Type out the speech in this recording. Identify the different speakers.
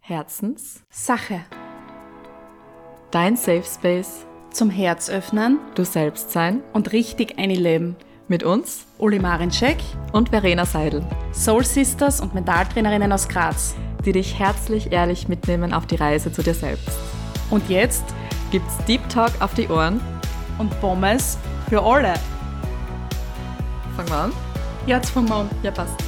Speaker 1: Herzens,
Speaker 2: Sache.
Speaker 1: dein Safe Space,
Speaker 2: Zum Herz öffnen
Speaker 1: du selbst sein,
Speaker 2: und richtig einleben.
Speaker 1: mit uns
Speaker 2: Uli Marinczek,
Speaker 1: und Verena Seidel,
Speaker 2: Soul Sisters und Mentaltrainerinnen aus Graz.
Speaker 1: die dich herzlich ehrlich mitnehmen auf die Reise zu dir selbst.
Speaker 2: Und jetzt
Speaker 1: Gibt's Deep Talk auf die Ohren?
Speaker 2: und Pommes für alle.
Speaker 1: Fangen wir an?
Speaker 2: Jetzt fangen wir an.
Speaker 1: Ja, passt.